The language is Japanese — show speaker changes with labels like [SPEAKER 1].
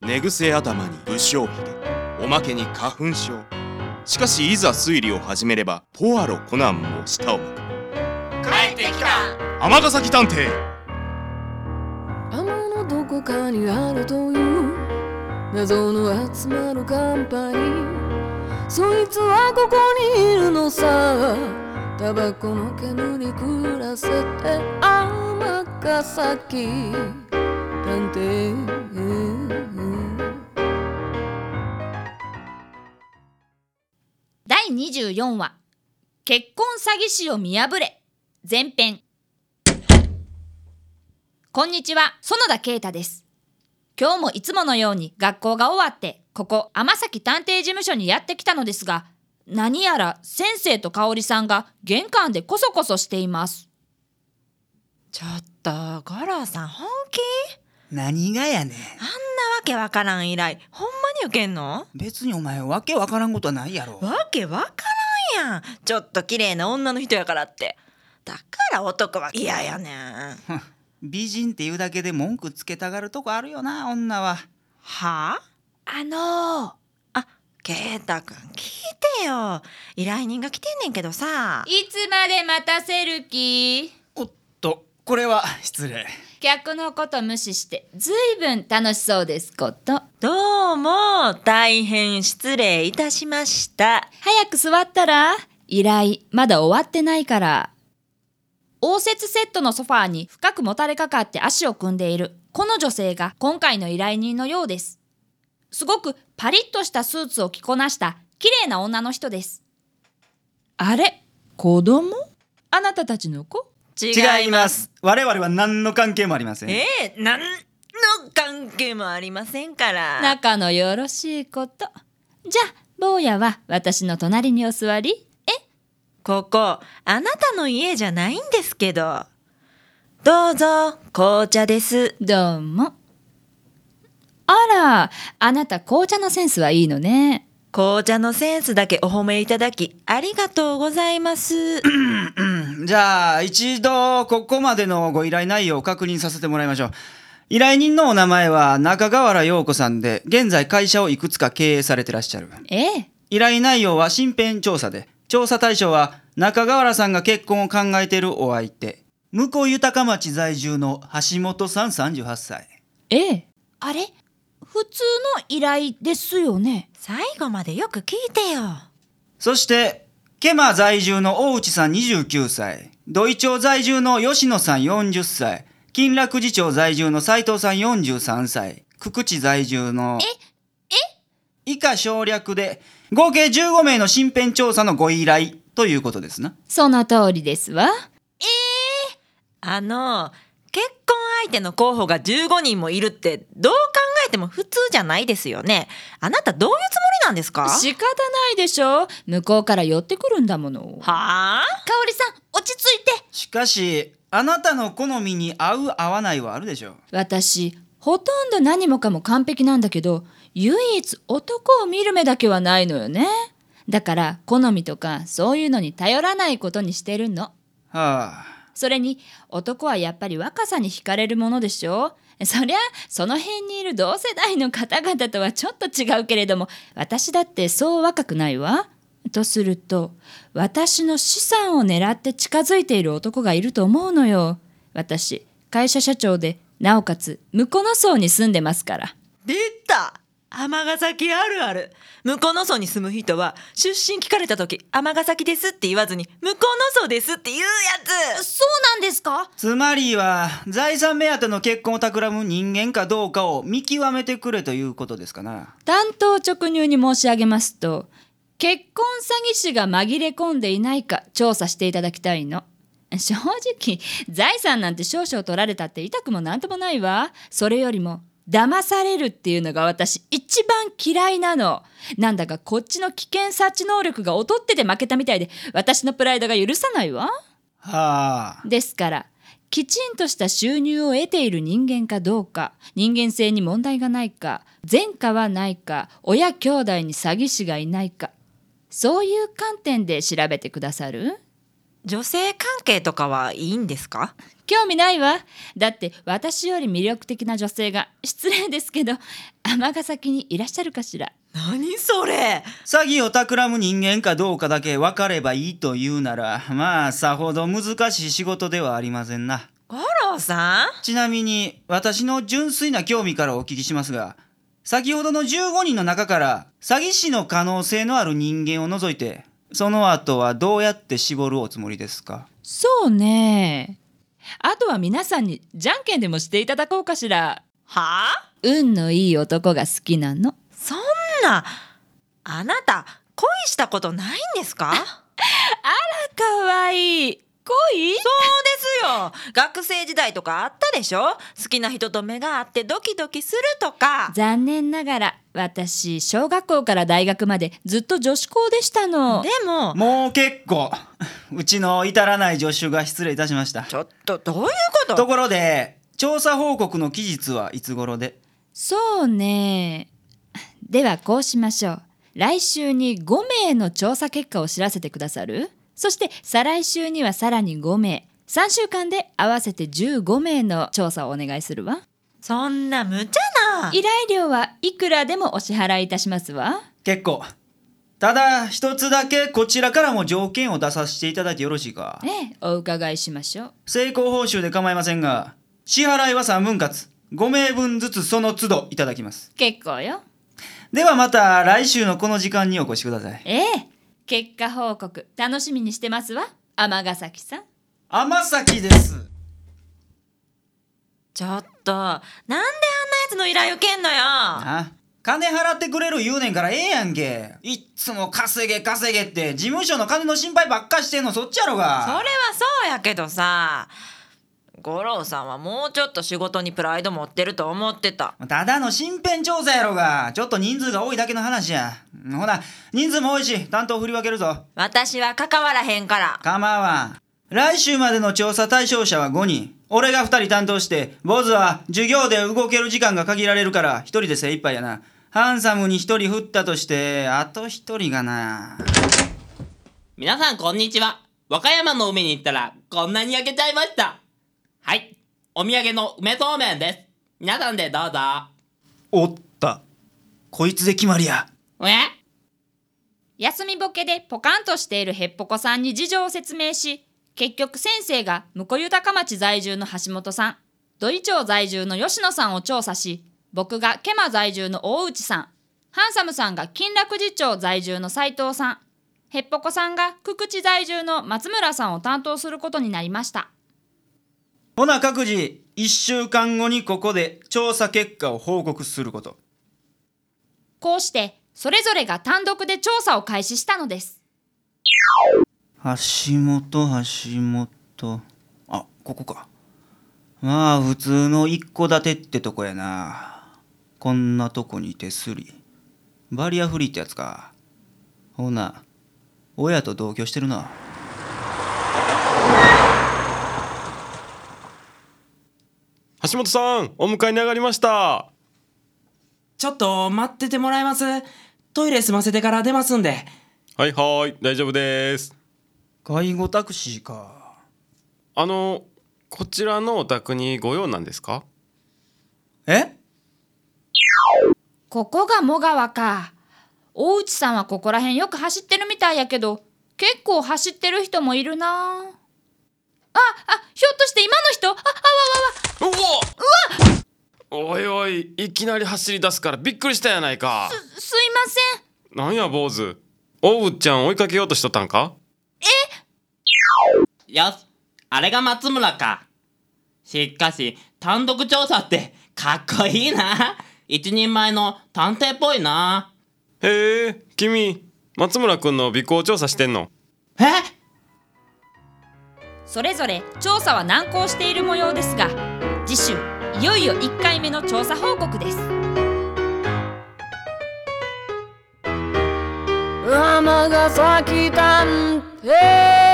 [SPEAKER 1] 寝癖頭に不祥髭おまけに花粉症しかしいざ推理を始めればポアロコナンも舌を巻く
[SPEAKER 2] 帰ってきた
[SPEAKER 1] 尼崎探偵
[SPEAKER 3] 雨のどこかにあるという謎の集まるカンパニーそいつはここにいるのさタバコの煙に暮らせて天ヶ崎探偵
[SPEAKER 2] 第24話「結婚詐欺師を見破れ」前編こんにちは園田啓太です今日もいつものように学校が終わってここ天崎探偵事務所にやってきたのですが何やら先生と香織さんが玄関でこそこそしています
[SPEAKER 4] ちょっと五郎さん本気
[SPEAKER 5] 何がやねん
[SPEAKER 4] なわけわからん依頼ほんまに受けんの
[SPEAKER 5] 別にお前わけわからんことはないやろ
[SPEAKER 4] わけわからんやんちょっと綺麗な女の人やからってだから男は嫌やねん
[SPEAKER 5] 美人っていうだけで文句つけたがるとこあるよな女は
[SPEAKER 4] はあ
[SPEAKER 2] あの
[SPEAKER 4] あ圭太くん聞いてよ依頼人が来てんねんけどさ
[SPEAKER 2] いつまで待たせる気
[SPEAKER 5] おっとこれは失礼
[SPEAKER 2] 客のこと無視してずいぶん楽しそうですこと
[SPEAKER 4] どうも大変失礼いたしました
[SPEAKER 2] 早く座ったら依頼まだ終わってないから応接セットのソファーに深くもたれかかって足を組んでいるこの女性が今回の依頼人のようですすごくパリッとしたスーツを着こなした綺麗な女の人ですあれ子供あなたたちの子
[SPEAKER 4] 違
[SPEAKER 5] す我々は何の関係もありません
[SPEAKER 4] ええなんの関係もありませんから
[SPEAKER 2] 仲のよろしいことじゃあ坊やは私の隣にお座り
[SPEAKER 4] ここ、あなたの家じゃないんですけど。どうぞ、紅茶です。
[SPEAKER 2] どうも。あら、あなた紅茶のセンスはいいのね。
[SPEAKER 4] 紅茶のセンスだけお褒めいただき、ありがとうございます。
[SPEAKER 5] うんじゃあ一度ここまでのご依頼内容を確認させてもらいましょう依頼人のお名前は中川原陽子さんで現在会社をいくつか経営されてらっしゃる
[SPEAKER 2] ええ。
[SPEAKER 5] 依頼内容は身辺調査で調査対象は中川原さんが結婚を考えているお相手向こう豊町在住の橋本さん38歳
[SPEAKER 2] ええ。あれ普通の依頼ですよね。
[SPEAKER 4] 最後までよく聞いてよ。
[SPEAKER 5] そしてケマ在住の大内さん29歳土井町在住の吉野さん40歳金楽寺町在住の斉藤さん43歳久久地在住のえ以下省略で合計15名の身辺調査のご依頼ということですな
[SPEAKER 2] その通りですわ。
[SPEAKER 4] あの、結婚相手の候補が15人もいるって、どう考えても普通じゃないですよね。あなたどういうつもりなんですかは
[SPEAKER 2] 仕方ないでしょ。向こうから寄ってくるんだもの。香
[SPEAKER 4] あ
[SPEAKER 2] 織さん、落ち着いて。
[SPEAKER 5] しかしあなたの好みに合う合わないはあるでしょう
[SPEAKER 2] 私、ほとんど何もかも完璧なんだけど、唯一男を見る目だけはないのよね。だから、好みとかそういうのに頼らないことにしてるの。
[SPEAKER 5] はあ
[SPEAKER 2] それに男はやっぱり若さに惹かれるものでしょそりゃその辺にいる同世代の方々とはちょっと違うけれども私だってそう若くないわ。とすると私の資産を狙って近づいている男がいると思うのよ。私会社社長でなおかつ向こうの層に住んでますから。
[SPEAKER 4] 出た尼崎あるある向こうの層に住む人は出身聞かれた時「尼崎です」って言わずに「向こうの層です」って言うやつ
[SPEAKER 2] そうなんですか
[SPEAKER 5] つまりは財産目当ての結婚を企む人間かどうかを見極めてくれということですかな
[SPEAKER 2] 単刀直入に申し上げますと結婚詐欺師が紛れ込んでいないか調査していただきたいの正直財産なんて少々取られたって痛くもなんともないわそれよりも騙されるっていうのが私一番嫌いなのなんだかこっちの危険察知能力が劣ってて負けたみたいで私のプライドが許さないわ
[SPEAKER 5] はあ
[SPEAKER 2] ですからきちんとした収入を得ている人間かどうか人間性に問題がないか前科はないか親兄弟に詐欺師がいないかそういう観点で調べてくださる
[SPEAKER 4] 女性関係とかはいいんですか
[SPEAKER 2] 興味ないわだって私より魅力的な女性が失礼ですけど尼崎にいらっしゃるかしら
[SPEAKER 4] 何それ
[SPEAKER 5] 詐欺を企む人間かどうかだけ分かればいいというなら、まあ、さほど難しい仕事ではありませんな。
[SPEAKER 4] 五郎さん
[SPEAKER 5] ちなみに、私の純粋な興味からお聞きしますが、先ほどの15人の中から、詐欺師の可能性のある人間を除いて、その後はどうやって絞るおつもりですか
[SPEAKER 2] そうねあとは皆さんにじゃんけんでもしていただこうかしら
[SPEAKER 4] はあ
[SPEAKER 2] 運のいい男が好きなの
[SPEAKER 4] そんなあなた恋したことないんですか
[SPEAKER 2] かわいい恋
[SPEAKER 4] そうですよ学生時代とかあったでしょ好きな人と目が合ってドキドキするとか
[SPEAKER 2] 残念ながら私小学校から大学までずっと女子校でしたの
[SPEAKER 4] でも
[SPEAKER 5] もう結構 うちの至らない助手が失礼いたしました
[SPEAKER 4] ちょっとどういうこと
[SPEAKER 5] ところで調査報告の期日はいつ頃で
[SPEAKER 2] そうねではこうしましょう来週に5名の調査結果を知らせてくださるそして再来週にはさらに5名3週間で合わせて15名の調査をお願いするわ
[SPEAKER 4] そんな無茶な
[SPEAKER 2] 依頼料はいくらでもお支払いいたしますわ
[SPEAKER 5] 結構ただ一つだけこちらからも条件を出させていただいてよろしいか
[SPEAKER 2] ええお伺いしましょう
[SPEAKER 5] 成功報酬で構いませんが支払いは3分割5名分ずつその都度いただきます
[SPEAKER 2] 結構よ
[SPEAKER 5] ではまた来週のこの時間にお越しください
[SPEAKER 2] ええ結果報告楽しみにしてますわ尼崎さん
[SPEAKER 5] 天崎です
[SPEAKER 4] ちょっとなんであんなやつの依頼受けんのよ
[SPEAKER 5] あ金払ってくれる言うねんからええやんけいっつも稼げ稼げって事務所の金の心配ばっかしてんのそっちやろ
[SPEAKER 4] それ
[SPEAKER 5] が
[SPEAKER 4] はそうやけどさ五郎さんはもうちょっと仕事にプライド持ってると思ってた
[SPEAKER 5] ただの身辺調査やろがちょっと人数が多いだけの話やほな人数も多いし担当振り分けるぞ
[SPEAKER 4] 私は関わらへんから
[SPEAKER 5] 構わん来週までの調査対象者は5人俺が2人担当して坊主は授業で動ける時間が限られるから1人で精一杯やなハンサムに1人振ったとしてあと1人がな
[SPEAKER 6] 皆さんこんにちは。和歌山の海に行ったらこんなに焼けちゃいました。はい。お土産の梅そうめんです。皆さんでどうぞ。
[SPEAKER 5] おったこいつで決まりや
[SPEAKER 6] え
[SPEAKER 2] 休みぼけでポカンとしているヘッポコさんに事情を説明し結局先生が向湯高町在住の橋本さん土井町在住の吉野さんを調査し僕がケマ在住の大内さんハンサムさんが金楽寺町在住の斉藤さんヘッポコさんが久久地在住の松村さんを担当することになりました
[SPEAKER 5] ほな各自1週間後にここで調査結果を報告すること
[SPEAKER 2] こうしてそれぞれが単独で調査を開始したのです
[SPEAKER 5] 橋本橋本あここかまあ普通の一戸建てってとこやなこんなとこに手すりバリアフリーってやつかほな親と同居してるな
[SPEAKER 7] 橋本さんお迎えに上がりました
[SPEAKER 8] ちょっと待っててもらえますトイレ済ませてから出ますんで。
[SPEAKER 7] はいはーい大丈夫です
[SPEAKER 5] 介護タクシーか
[SPEAKER 7] あのこちらのお宅にご用なんですか
[SPEAKER 5] え
[SPEAKER 2] ここが茂川か。大内さんはここら辺よく走ってるみたいやけど、結構走ってる人もいるなあ。あ、あ、ひょっとして今の人あ、あわわわ。
[SPEAKER 7] うわうわおいおいいきなり走り出すからびっくりしたやないか
[SPEAKER 2] すいません。
[SPEAKER 7] なんや坊主おうちゃん追いかけようとしとったんか
[SPEAKER 6] よし。あれが松村か。しかし、単独調査ってかっこいいな。一人前の探偵っぽいな。
[SPEAKER 7] へえ君松村君の尾行調査してんの
[SPEAKER 6] え
[SPEAKER 2] それぞれ調査は難航している模様ですが、次週、いよいよ1回目の調査報告です。
[SPEAKER 3] 尼崎探偵